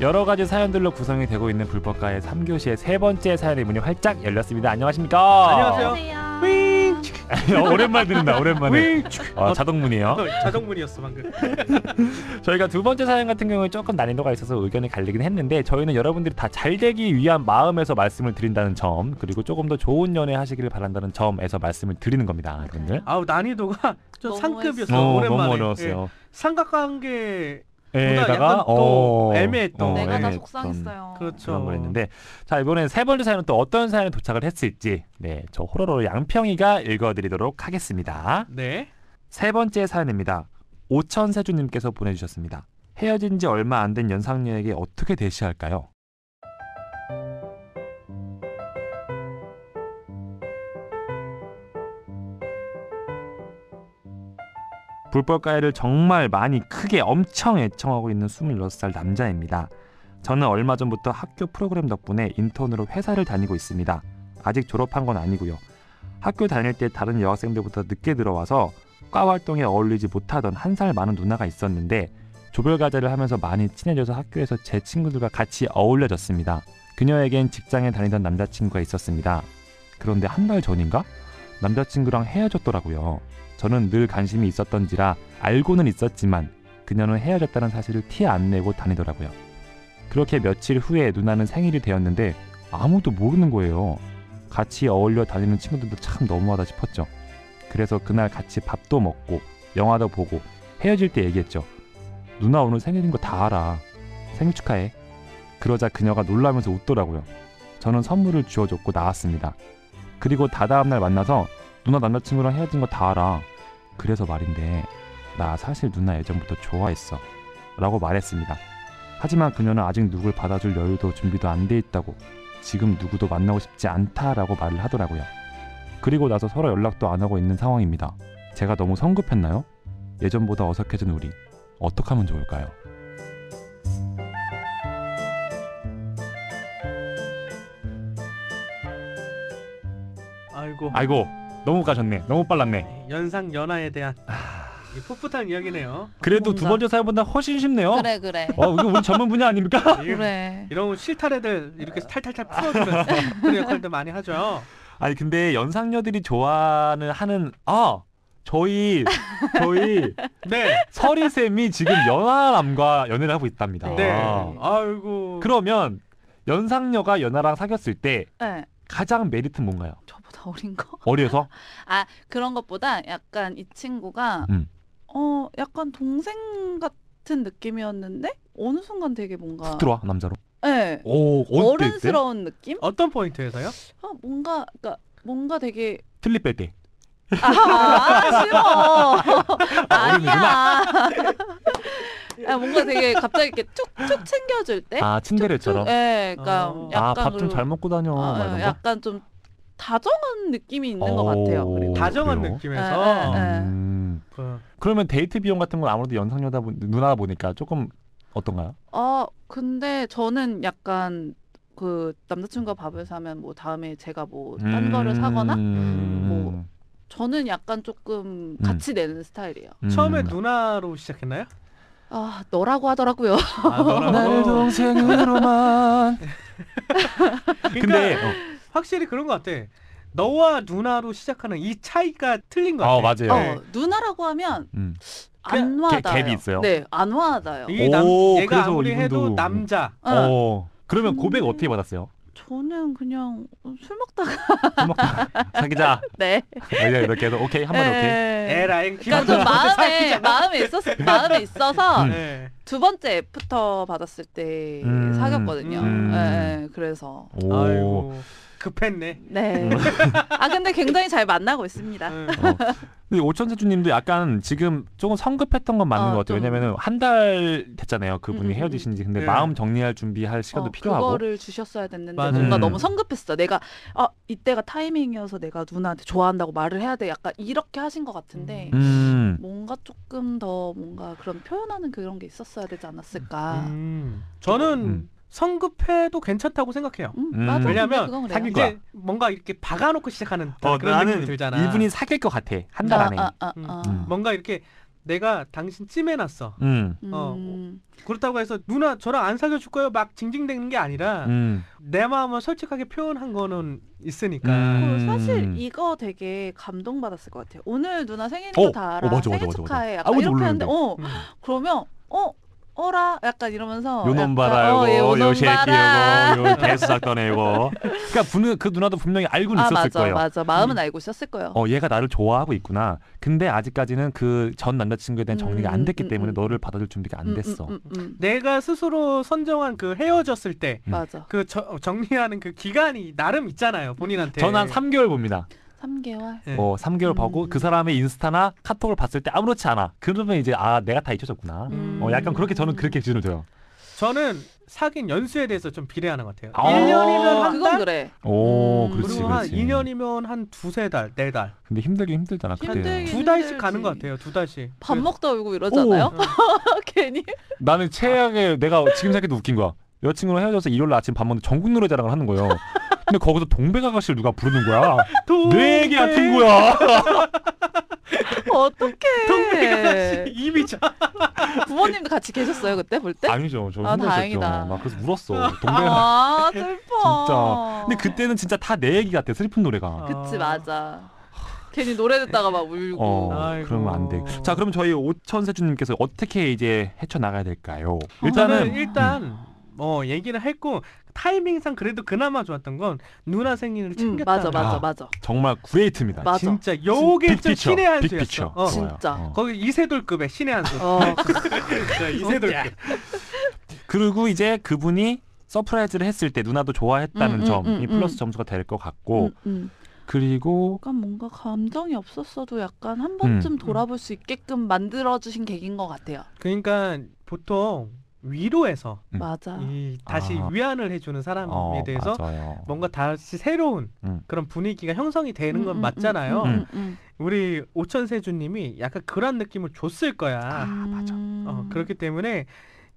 여러 가지 사연들로 구성이 되고 있는 불법가의 3교시의 세 번째 사연의 문이 활짝 열렸습니다. 안녕하십니까? 어, 안녕하세요. 윙! 오랜만에 듣는다. 오랜만에. 아, 자동문이에요. 어, 자정문이었어 방금. 저희가 두 번째 사연 같은 경우에 조금 난이도가 있어서 의견이 갈리긴 했는데 저희는 여러분들이 다 잘 되기 위한 마음에서 말씀을 드린다는 점 그리고 조금 더 좋은 연애 하시기를 바란다는 점에서 말씀을 드리는 겁니다. 여러분들. 아우 난이도가 좀 너무 어, 상급이었어 어, 오랜만에. 너무 예. 어려웠어요. 삼각관계 에다가 약간 또 애매했던. 어, 내가 다 애매했던 속상했어요. 그렇죠. 그런 걸 했는데 자 이번엔 세 번째 사연은 또 어떤 사연에 도착을 했을지 네저 호로로 양평이가 읽어드리도록 하겠습니다. 네. 세 번째 사연입니다. 오천세주님께서 보내주셨습니다. 헤어진 지 얼마 안 된 연상녀에게 어떻게 대시할까요? 불법가해를 정말 많이 크게 엄청 애청하고 있는 26살 남자입니다. 저는 얼마 전부터 학교 프로그램 덕분에 인턴으로 회사를 다니고 있습니다. 아직 졸업한 건 아니고요. 학교 다닐 때 다른 여학생들부터 늦게 들어와서 과 활동에 어울리지 못하던 한 살 많은 누나가 있었는데 조별 과제를 하면서 많이 친해져서 학교에서 제 친구들과 같이 어울려졌습니다. 그녀에겐 직장에 다니던 남자친구가 있었습니다. 그런데 한 달 전인가 남자친구랑 헤어졌더라고요. 저는 늘 관심이 있었던지라 알고는 있었지만 그녀는 헤어졌다는 사실을 티 안 내고 다니더라고요. 그렇게 며칠 후에 누나는 생일이 되었는데 아무도 모르는 거예요. 같이 어울려 다니는 친구들도 참 너무하다 싶었죠. 그래서 그날 같이 밥도 먹고 영화도 보고 헤어질 때 얘기했죠. 누나 오늘 생일인 거 다 알아. 생일 축하해. 그러자 그녀가 놀라면서 웃더라고요. 저는 선물을 주워줬고 나왔습니다. 그리고 다다음 날 만나서 누나 남자친구랑 헤어진 거 다 알아. 그래서 말인데 나 사실 누나 예전부터 좋아했어. 라고 말했습니다. 하지만 그녀는 아직 누굴 받아줄 여유도 준비도 안 돼 있다고 지금 누구도 만나고 싶지 않다라고 말을 하더라고요. 그리고 나서 서로 연락도 안 하고 있는 상황입니다. 제가 너무 성급했나요? 예전보다 어색해진 우리 어떻게 하면 좋을까요? 아이고. 아이고 너무 가셨네. 너무 빨랐네. 네, 연상 연하에 대한 아. 이 풋풋한 이야기네요. 그래도 뭔가. 두 번째 사연보다 훨씬 쉽네요. 그래 그래. 어 이거 우리 전문 분야 아닙니까? 이- 그래. 이런 실타래들 이렇게 탈탈탈 풀어주면서 그런 역할도 많이 하죠. 아니 근데 연상녀들이 좋아하는 하는 아 저희 저희 네. 서리 쌤이 지금 연하남과 연애를 하고 있답니다. 네. 아. 아이고. 그러면 연상녀가 연하랑 사귀었을 때 네. 가장 메리트 는 뭔가요? 저보다 어린 거? 어려서? 아 그런 것보다 약간 이 친구가 음. 어 약간 동생 같은 느낌이었는데 어느 순간 되게 뭔가 훅 들어와 남자로. 네. 오 어때, 이때? 어른스러운 느낌? 어떤 포인트에서요? 어, 뭔가 그러니까 뭔가 되게 틀리 뺄 때. 아, 아 싫어. 어른이구나. 아니야. 아, 뭔가 되게 갑자기 이렇게 툭툭 챙겨줄 때. 아 친데레처럼. 네? 예, 그러니까 어. 약간 아 밥 좀 잘 먹고 다녀. 아, 막 이런 예, 거? 약간 좀 다정한 느낌이 있는 것 어, 같아요. 그리고. 다정한 그래요? 네, 느낌에서 네. 음. 그 그러면 데이트 비용 같은 건 아무래도 연상녀다 보, 누나다 보니까 조금 어떤가요? 아 근데 저는 약간 그 남자친구가 밥을 사면 뭐 다음에 제가 뭐 딴 거를 사거나 음. 뭐 저는 약간 조금 같이 내는 스타일이에요. 음. 처음에 누나로 시작했나요? 아 너라고 하더라고요. 아, 너라고. 나를 동생으로만. 근데 근데 그러니까 확실히 그런 것 같아. 너와 누나로 시작하는 이 차이가 틀린 것 같아. 어 맞아요. 네. 어, 누나라고 하면 음. 안 개- 와닿아요. 갭이 있어요? 네, 안 와닿아요. 이 남, 오, 얘가 그래서 아무리 이분도- 해도 남자. 어, 어. 그러면 음. 고백 어떻게 받았어요? 저는 그냥 술 먹다가 술 먹다가 사귀자. 네. 그냥 이렇게 해서 오케이 한마디 예. 오케이. 네. 에라잉 그러니까 좀 마음에 마음에 있었 마음에 있어서 음. 네. 두 번째 애프터 받았을 때 음. 사귀었거든요. 음. 예, 예, 그래서 오. 아이고 급했네. 네. 음. 아 근데 굉장히 잘 만나고 있습니다. 응. 근데 오천세주님도 약간 지금 조금 성급했던 건 맞는 어, 것 같아요. 좀. 왜냐면은 한 달 됐잖아요. 음, 음, 그분이 음. 헤어지신지 근데 네. 마음 정리할 준비할 시간도 어, 필요하고. 그거를 주셨어야 됐는데 맞아요. 뭔가 음. 너무 성급했어. 내가 아 이때가 타이밍이어서 내가 누나한테 좋아한다고 말을 해야 돼. 약간 이렇게 하신 것 같은데 음. 뭔가 조금 더 뭔가 그런 표현하는 그런 게 있었어야 되지 않았을까. 음, 음. 저는 음. 성급해도 괜찮다고 생각해요. 음. 맞아. 왜냐면 그건 그래요. 사귈 거야. 이제 뭔가 이렇게 박아놓고 시작하는 어 그런 나는 느낌이 들잖아. 이분이 사귈 것 같아. 한 달 안에. 아, 아, 아, 음. 아. 음. 뭔가 이렇게 내가 당신 찜해놨어. 음. 어, 음, 그렇다고 해서 누나 저랑 안 사귀어 줄 거예요 막 징징대는 게 아니라 음. 내 마음을 솔직하게 표현한 거는 있으니까 음. 그 음. 사실 이거 되게 감동받았을 것 같아요. 오늘 누나 생일인 어, 거다 어, 맞아, 알아. 맞아, 생일 맞아, 맞아. 축하해. 아무도 약간 이렇게 하는데, 어, 음. 그러면 어, 어라, 약간 이러면서. 요놈 약간, 봐라 어, 얘 요거 요놈 요 뭐, 새끼 봐라. 요거 요 개수작더네 요거 그러니까 분은 그 누나도 분명히 알고는 아 있었을 맞아 거예요 맞아 마음은 알고 있었을 거예요. 어 얘가 나를 좋아하고 있구나 근데 아직까지는 그 전 남자친구에 대한 정리가 안 됐기 음, 음, 때문에 음. 너를 받아줄 준비가 안 음, 됐어 음, 음, 음. 내가 스스로 선정한 그 헤어졌을 때 그 맞아. 정리하는 그 기간이 나름 있잖아요 본인한테. 전 한 3개월 봅니다 3개월. 네. 어 3개월 보고 음. 그 사람의 인스타나 카톡을 봤을 때 아무렇지 않아 그러면 이제 아 내가 다 잊혀졌구나 음. 어 약간 그렇게 저는 그렇게 기준을 둬요 저는 사귄 연수에 대해서 좀 비례하는 것 같아요. 아. 1년이면 한 어, 그건 달, 그래. 오 음. 그렇지 그리고 한 그렇지 2년이면 한 두세 달, 네 달. 근데 힘들긴 힘들잖아 그때 힘들긴 두 달씩 힘들지. 가는 것 같아요. 두 달씩. 네 밥 네. 그- 먹다 울고 이러잖아요. 어. 괜히. 나는 최악의 내가 지금 생각해도 웃긴 거야. 여자친구랑 헤어져서 일요일 날 아침 밥 먹는데 전국 노래자랑을 하는 거예요. 근데 거기서 동백 아가씨를 누가 부르는 거야? 내 얘기 네 동백, 같은 거야. 동백아가씨 어떡해. 입이 자. 부모님도 같이 계셨어요 그때 볼 때? 아니죠. 저 아, 힘들었죠. 다행이다. 막 그래서 울었어. 동백. 아, 아 슬퍼. 근데 그때는 진짜 다 내 얘기 같아. 슬픈 노래가. 그치 맞아. 괜히 노래 듣다가 막 울고. 어, 아이고. 그러면 안 돼. 자, 그럼 저희 오천세주님께서 어떻게 이제 헤쳐나가야 될까요? 저는 일단은, 일단 뭐 얘기를 했고 타이밍상 그래도 그나마 좋았던 건 누나 생일을 음, 챙겼다. 맞아 맞아 아, 맞아. 정말 구레이트입니다. 맞아. 진짜 요게 좀 빅피처. 신의 한수였어. 빅피처. 어. 좋아요. 진짜. 어. 거기 이세돌급의 신의 한수. 어, 진짜 이세돌급. 그리고 이제 그분이 서프라이즈를 했을 때 누나도 좋아했다는 음, 음, 점이 음, 플러스 음. 점수가 될 것 같고 음, 음. 그리고 약간 뭔가 감정이 없었어도 약간 한 번쯤 음. 돌아볼 수 있게끔 만들어 주신 계기인 것 같아요. 그러니까 보통 위로해서 음. 맞아. 이 다시 아. 위안을 해주는 사람에 어, 대해서 맞아요. 뭔가 다시 새로운 음. 그런 분위기가 형성이 되는 음, 건 음, 맞잖아요. 음, 음, 음. 우리 오천세주님이 약간 그런 느낌을 줬을 거야. 맞아. 음. 어, 그렇기 때문에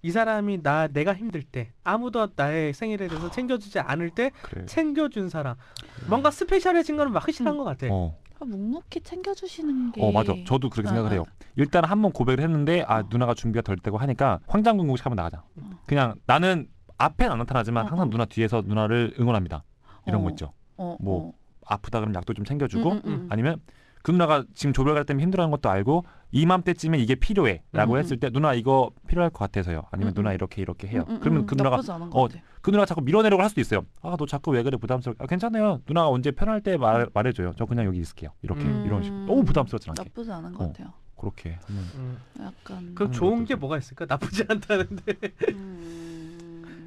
이 사람이 나 내가 힘들 때 아무도 나의 생일에 대해서 챙겨주지 않을 때 그래. 챙겨준 사람 뭔가 스페셜해진 건 확실한 음. 것 같아. 음. 어, 아, 묵묵히 챙겨주시는 게. 어 맞아. 저도 그렇게 아, 생각을 아. 해요. 일단 한 번 고백을 했는데 아 누나가 준비가 덜 되고 하니까 황장군공식 한번 나가자. 어. 그냥 나는 앞엔 안 나타나지만 어, 항상 어. 누나 뒤에서 누나를 응원합니다. 이런 거 어, 있죠. 어, 뭐, 어. 아프다 그러면 약도 좀 챙겨주고 음, 음, 음. 아니면 그 누나가 지금 조별갈 때문에 힘들어하는 것도 알고 이맘때쯤에 이게 필요해라고 음, 음. 했을 때 누나 이거 필요할 것 같아서요. 아니면 음, 누나 음. 이렇게 이렇게 해요. 음, 음, 그러면 음, 그 누나가 나쁘지 않은 어, 것 같아. 그 누나가 자꾸 밀어내려고 할 수도 있어요. 아 너 자꾸 왜 그래 부담스럽게. 아, 괜찮아요. 누나가 언제 편할 때 말, 말해줘요. 저 그냥 여기 있을게요. 이렇게 음. 이런 식으로 너무 부담스럽지 않게 음. 나쁘지 않은 어. 것 같아요. 그렇게 하면 음. 약간. 그 음, 좋은 나쁘지. 게 뭐가 있을까? 나쁘지 않다는데. 음.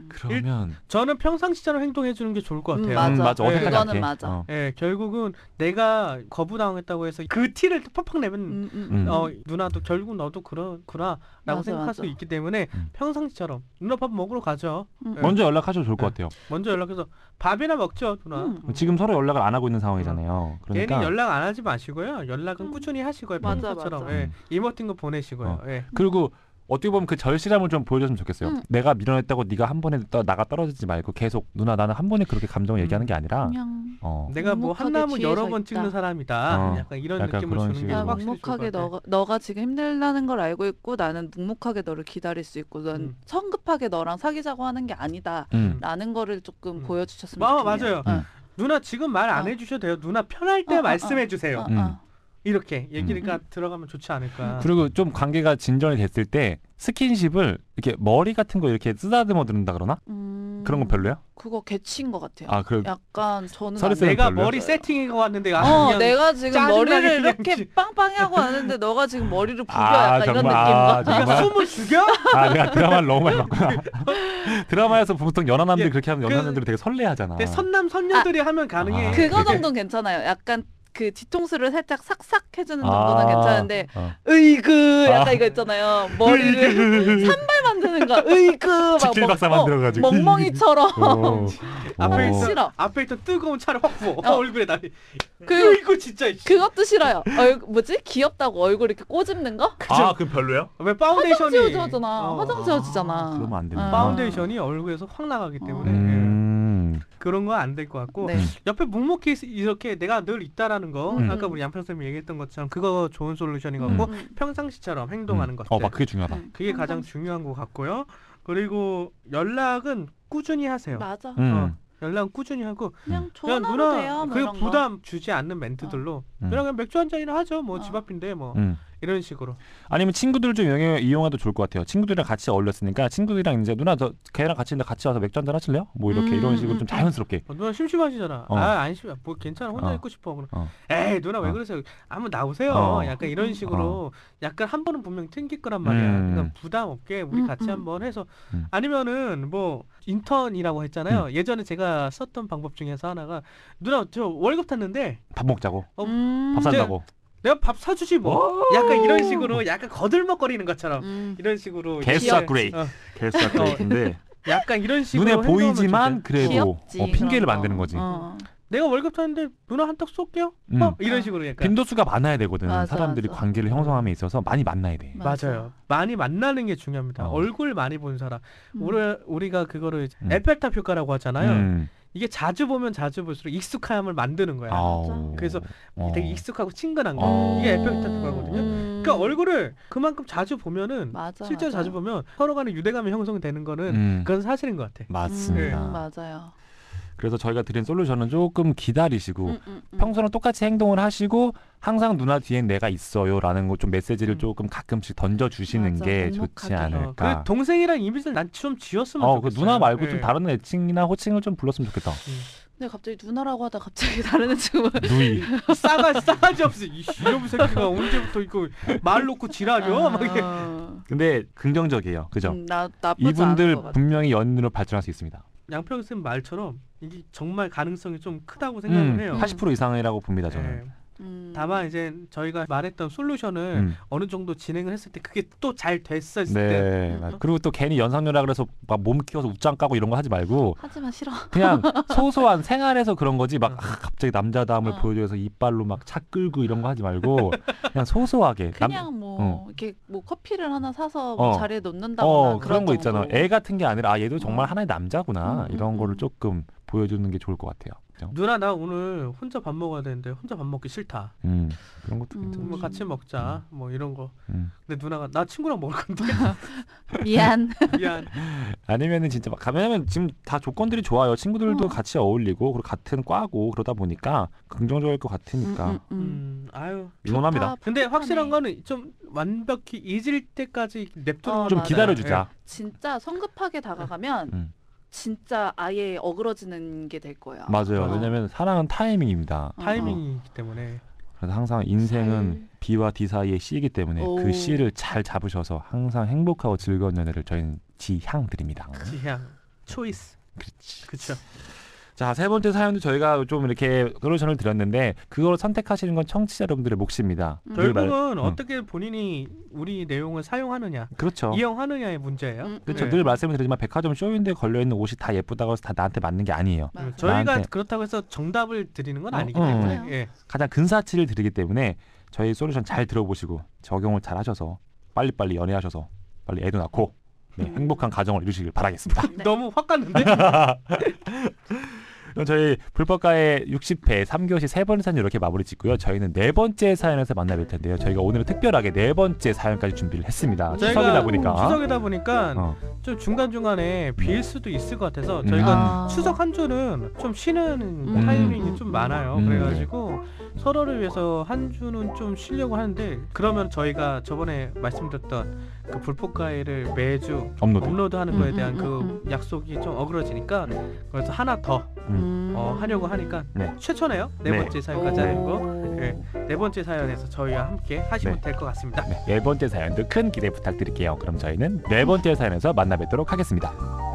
그러면 저는 평상시처럼 행동해 주는 게 좋을 것 음, 같아요. 맞아. 어떻게 그거는 생각해? 맞아. 어. 예, 결국은 내가 거부당했다고 해서 그 티를 팍팍 내면 음, 음, 음. 음. 어, 누나도 결국 너도 그러구나라고 맞아, 생각할 맞아. 수 있기 때문에 음. 평상시처럼 누나 밥 먹으러 가죠. 음. 예, 먼저 연락하셔도 좋을 것 네. 같아요. 먼저 연락해서 밥이나 먹죠, 누나. 음. 음. 뭐 지금 서로 연락을 안 하고 있는 상황이잖아요. 그러니까 얘는 연락 안 하지 마시고요. 연락은 음. 꾸준히 하시고요. 맞아, 평소처럼 맞아. 예, 음. 이모팅도 보내시고요. 어. 예. 그리고 어떻게 보면 그 절실함을 좀 보여줬으면 좋겠어요. 음. 내가 밀어냈다고 네가 한 번에 떠- 나가 떨어지지 말고 계속 누나 나는 한 번에 그렇게 감정을 음. 얘기하는 게 아니라 그냥 어. 내가 뭐 묵묵하게 한나무 뒤에 여러 서 번 있다. 찍는 사람이다. 어. 약간 이런 약간 느낌을 그런 주는 게 식으로. 야, 확실히 좋을 것 묵묵하게 같아. 너가, 너가 지금 힘들다는 걸 알고 있고 나는 묵묵하게 너를 기다릴 수 있고 넌 음. 성급하게 너랑 사귀자고 하는 게 아니다 음. 라는 거를 조금 음. 보여주셨으면 마- 좋겠네요 맞아요. 응. 누나 지금 말 안 어. 해주셔도 돼요. 누나 편할 때 어, 어, 말씀해 주세요. 어, 음. 어. 이렇게 얘기가 음. 들어가면 좋지 않을까. 그리고 좀 관계가 진전이 됐을 때 스킨십을 이렇게 머리 같은 거 이렇게 쓰다듬어 드는다 그러나 음, 그런 건 별로야? 그거 개치인 것 같아요 아 그래 약간 저는 서류 안 쓰는 내가 별로야? 머리 세팅이고 왔는데 아, 어, 그냥 내가 지금 짜증나게 머리를 그냥 이렇게 지- 빵빵히 하고 왔는데 너가 지금 머리를 부벼 아, 약간 이런 정말. 아, 느낌과 정말. 네가 숨을 죽여? 아 내가 드라마를 너무 많이 봤구나 드라마에서 보통 연하남들이 예, 그렇게 하면 그- 연하남들이 되게 설레하잖아 근데 선남 선녀들이 하면 가능해. 아, 그거 그게- 정도는 괜찮아요 약간 그 뒤통수를 살짝 삭삭 해주는 아. 정도는 괜찮은데 어. 으이그 약간 아. 이거 있잖아요 머리를 산발 만드는 거 으이그 막 집길 멍- 박사 어, 만들어가지고. 멍멍이처럼 앞에 어. 있던 싫어. 앞에 있던 뜨거운 차를 확 부어 어. 얼굴에 나. 그 이거 진짜. 이씨. 그것도 싫어요 얼 뭐지 귀엽다고 얼굴 이렇게 꼬집는 거 아그 별로요? 왜 파운데이션이 지워지잖아 어. 화장 지워지잖아 아, 그러면 안 됩니다. 어. 파운데이션이 얼굴에서 확 나가기 때문에 음. 예. 그런 거 안 될 것 같고 네. 옆에 묵묵히 있- 이렇게 내가 늘 있다라는 거 음. 아까 우리 양평 쌤이 얘기했던 것처럼 그거 좋은 솔루션인 것 같고 음. 평상시처럼 음. 행동하는 것들 어, 막 그게 중요하다. 네. 그게 가장 중요한 것 같고요. 그리고 연락은 꾸준히 하세요. 맞아. 음. 연락은 꾸준히 하고 그냥 그냥 전화로 누나 돼요. 뭐 그 이런 거. 부담 주지 않는 멘트들로 음. 누나 그냥 맥주 한 잔이나 하죠. 뭐 집 어. 앞인데 뭐 음. 이런 식으로. 아니면 친구들 좀 영향 이용해도 좋을 것 같아요. 친구들이랑 같이 어울렸으니까 친구들이랑 이제 누나 저 걔랑 같이 있는데 같이 와서 맥주 한잔 하실래요? 뭐 이렇게 음, 이런 식으로 음, 좀 자연스럽게. 어, 누나 심심하시잖아. 어. 아 안 심해. 뭐 괜찮아. 혼자 어. 있고 싶어. 그럼 어. 에이 누나 왜 어. 그러세요? 한번 나오세요. 어. 약간 이런 음. 식으로 약간 한 번은 분명 튕길 거란 말이야. 음. 그러니까 부담 없게 우리 음, 같이 음. 한번 해서 음. 아니면은 뭐 인턴이라고 했잖아요. 예전에 제가 썼던 방법 중에서 하나가 누나 저 월급 탔는데 밥 먹자고. 어, 음. 밥 산다고. 어? 내가 밥 사주지 뭐. 약간 이런 식으로 약간 거들먹거리는 것처럼 음. 이런 식으로 개수가 이제- 그레이. 어, 개수가 그레이트인데 약간 이런 식으로 눈에 행동하면 보이지만 좋지. 그래도 귀엽지, 어, 핑계를 그런 거. 만드는 거지. 어. 내가 월급 탔는데 누나 한턱 쏠게요. 음. 어, 이런 식으로 약간 빈도수가 많아야 되거든. 맞아, 사람들이 맞아. 관계를 형성함에 있어서 많이 만나야 돼. 맞아요. 많이 만나는 게 중요합니다. 어. 얼굴 많이 본 사람. 음. 우리 우리가 그거를 이제 음. 에펠탑 효과라고 하잖아요. 음. 이게 자주 보면 자주 볼수록 익숙함을 만드는 거야. 아우. 네. 그래서 어. 되게 익숙하고 친근한 거. 어. 이게 에펠탑 효과거든요. 음. 그러니까 얼굴을 그만큼 자주 보면은 맞아, 실제로 맞아. 자주 보면 서로 간에 유대감이 형성되는 거는 음. 그건 사실인 것 같아. 맞습니다. 음, 맞아요. 그래서 저희가 드린 솔루션은 조금 기다리시고 음, 음, 음. 평소랑 똑같이 행동을 하시고 항상 누나 뒤엔 내가 있어요라는 거 좀 메시지를 음. 조금 가끔씩 던져 주시는 맞아, 게 넉넉하게. 좋지 어, 그 않을까. 동생이랑 이미지를 난 좀 지었으면 어, 그 좋겠어요. 누나 말고 네. 예. 좀 다른 애칭이나 호칭을 좀 불렀으면 좋겠다. 근데 갑자기 누나라고 하다 갑자기 다른 친구 누이. 싸가 싸가지 없어. 이 이놈 새끼가 언제부터 이거 말 놓고 지랄이야? 막 이게. 아. 근데 긍정적이에요. 그죠? 음, 나 나쁘지 않을 것 이분들 같아. 분명히 연인으로 발전할 수 있습니다. 양평 쌤 말처럼 이게 정말 가능성이 좀 크다고 생각을 음, 해요. 80% 이상이라고 봅니다, 예. 저는. 음. 다만 이제 저희가 말했던 네. 솔루션을 음. 어느 정도 진행을 했을 때 그게 또 잘 됐었을 때 네. 음. 맞- 그리고 또 괜히 연상녀라 그래서 막 몸 키워서 웃장 까고 이런 거 하지 말고 하지만 싫어. 그냥 소소한 생활에서 그런 거지 막 어. 아, 갑자기 남자다움을 음. 어. 보여줘서 이빨로 막 차 끌고 이런 거 하지 말고 그냥 소소하게 남- 그냥 뭐 어. 이렇게 뭐 커피를 하나 사서 뭐 어. 자리에 놓는다거나 어 그런 거 있잖아. 정도. 애 같은 게 아니라 아 얘도 정말 어. 하나의 남자구나 음, 이런 음, 거를 음. 조금 보여주는 게 좋을 것 같아요. 그죠? 누나 나 오늘 혼자 밥 먹어야 되는데 혼자 밥 먹기 싫다. 음 그런 것도 음. 괜찮아. 뭐 같이 먹자. 뭐 이런 거. 음. 근데 누나가 나 친구랑 먹을 건데 미안. 미안. 아니면은 진짜 막 왜냐면 지금 다 조건들이 좋아요. 친구들도 어. 같이 어울리고 그리고 같은 과고 그러다 보니까 긍정적일 것 같으니까 음, 음, 음. 음, 아유. 그러니까. 응원합니다. 좋다, 근데 뿌듯하네. 확실한 거는 좀 완벽히 잊을 때까지 냅두는 어, 건 좀 맞아요. 예, 기다려주자. 진짜 성급하게 다가가면 음. 진짜 아예 어그러지는 게 될 거야. 맞아요. 어. 왜냐면 사랑은 타이밍입니다. 어. 타이밍이기 때문에 그래서 항상 인생은 살. B와 D 사이의 C이기 때문에 오. 그 C를 잘 잡으셔서 항상 행복하고 즐거운 연애를 저희는 지향 드립니다. 지향 초이스. 그렇지. 그렇죠. 자, 세 번째 사연도 저희가 좀 이렇게 솔루션을 드렸는데 그걸 선택하시는 건 청취자 여러분들의 몫입니다. 음. 늘 말- 결국은 응. 어떻게 본인이 우리 내용을 사용하느냐, 그렇죠. 이용하느냐의 문제예요. 음, 그렇죠. 네. 늘 말씀을 드리지만 백화점 쇼윈드에 걸려 있는 옷이 다 예쁘다고 해서 다 나한테 맞는 게 아니에요. 맞아요. 저희가 나한테. 그렇다고 해서 정답을 드리는 건 어, 아니기 어. 때문에 맞아요. 예. 가장 근사치를 드리기 때문에 저희 솔루션 잘 들어보시고 적용을 잘 하셔서 빨리빨리 연애하셔서 빨리 애도 낳고 네, 음. 행복한 가정을 이루시길 바라겠습니다. 네. 너무 확 갔는데 그럼 저희 불법가의 60회 3교시 세 번째 사연 이렇게 마무리 짓고요. 저희는 네 번째 사연에서 만나뵐 텐데요. 저희가 오늘은 특별하게 네 번째 사연까지 준비를 했습니다. 저희가 음, 추석이다 보니까. 추석이다 보니까 어. 좀 중간 중간에 빌 수도 있을 것 같아서 저희가 아. 추석 한 주는 좀 쉬는 음. 타이밍이 좀 많아요. 음. 그래가지고 서로를 위해서 한 주는 좀 쉬려고 하는데 그러면 저희가 저번에 말씀드렸던 그 불포가이를 매주 업로드. 업로드하는 거에 음, 대한 음, 그 음, 약속이 좀 어그러지니까 그래서 하나 더 음. 어, 하려고 하니까 네. 최초네요. 네, 네. 번째 사연까지 하는 거. 오. 예. 네 번째 사연에서 저희와 함께 하시면 네. 될 것 같습니다. 네, 네 번째 사연도 큰 기대 부탁드릴게요. 그럼 저희는 네 번째 사연에서 만나뵙도록 하겠습니다.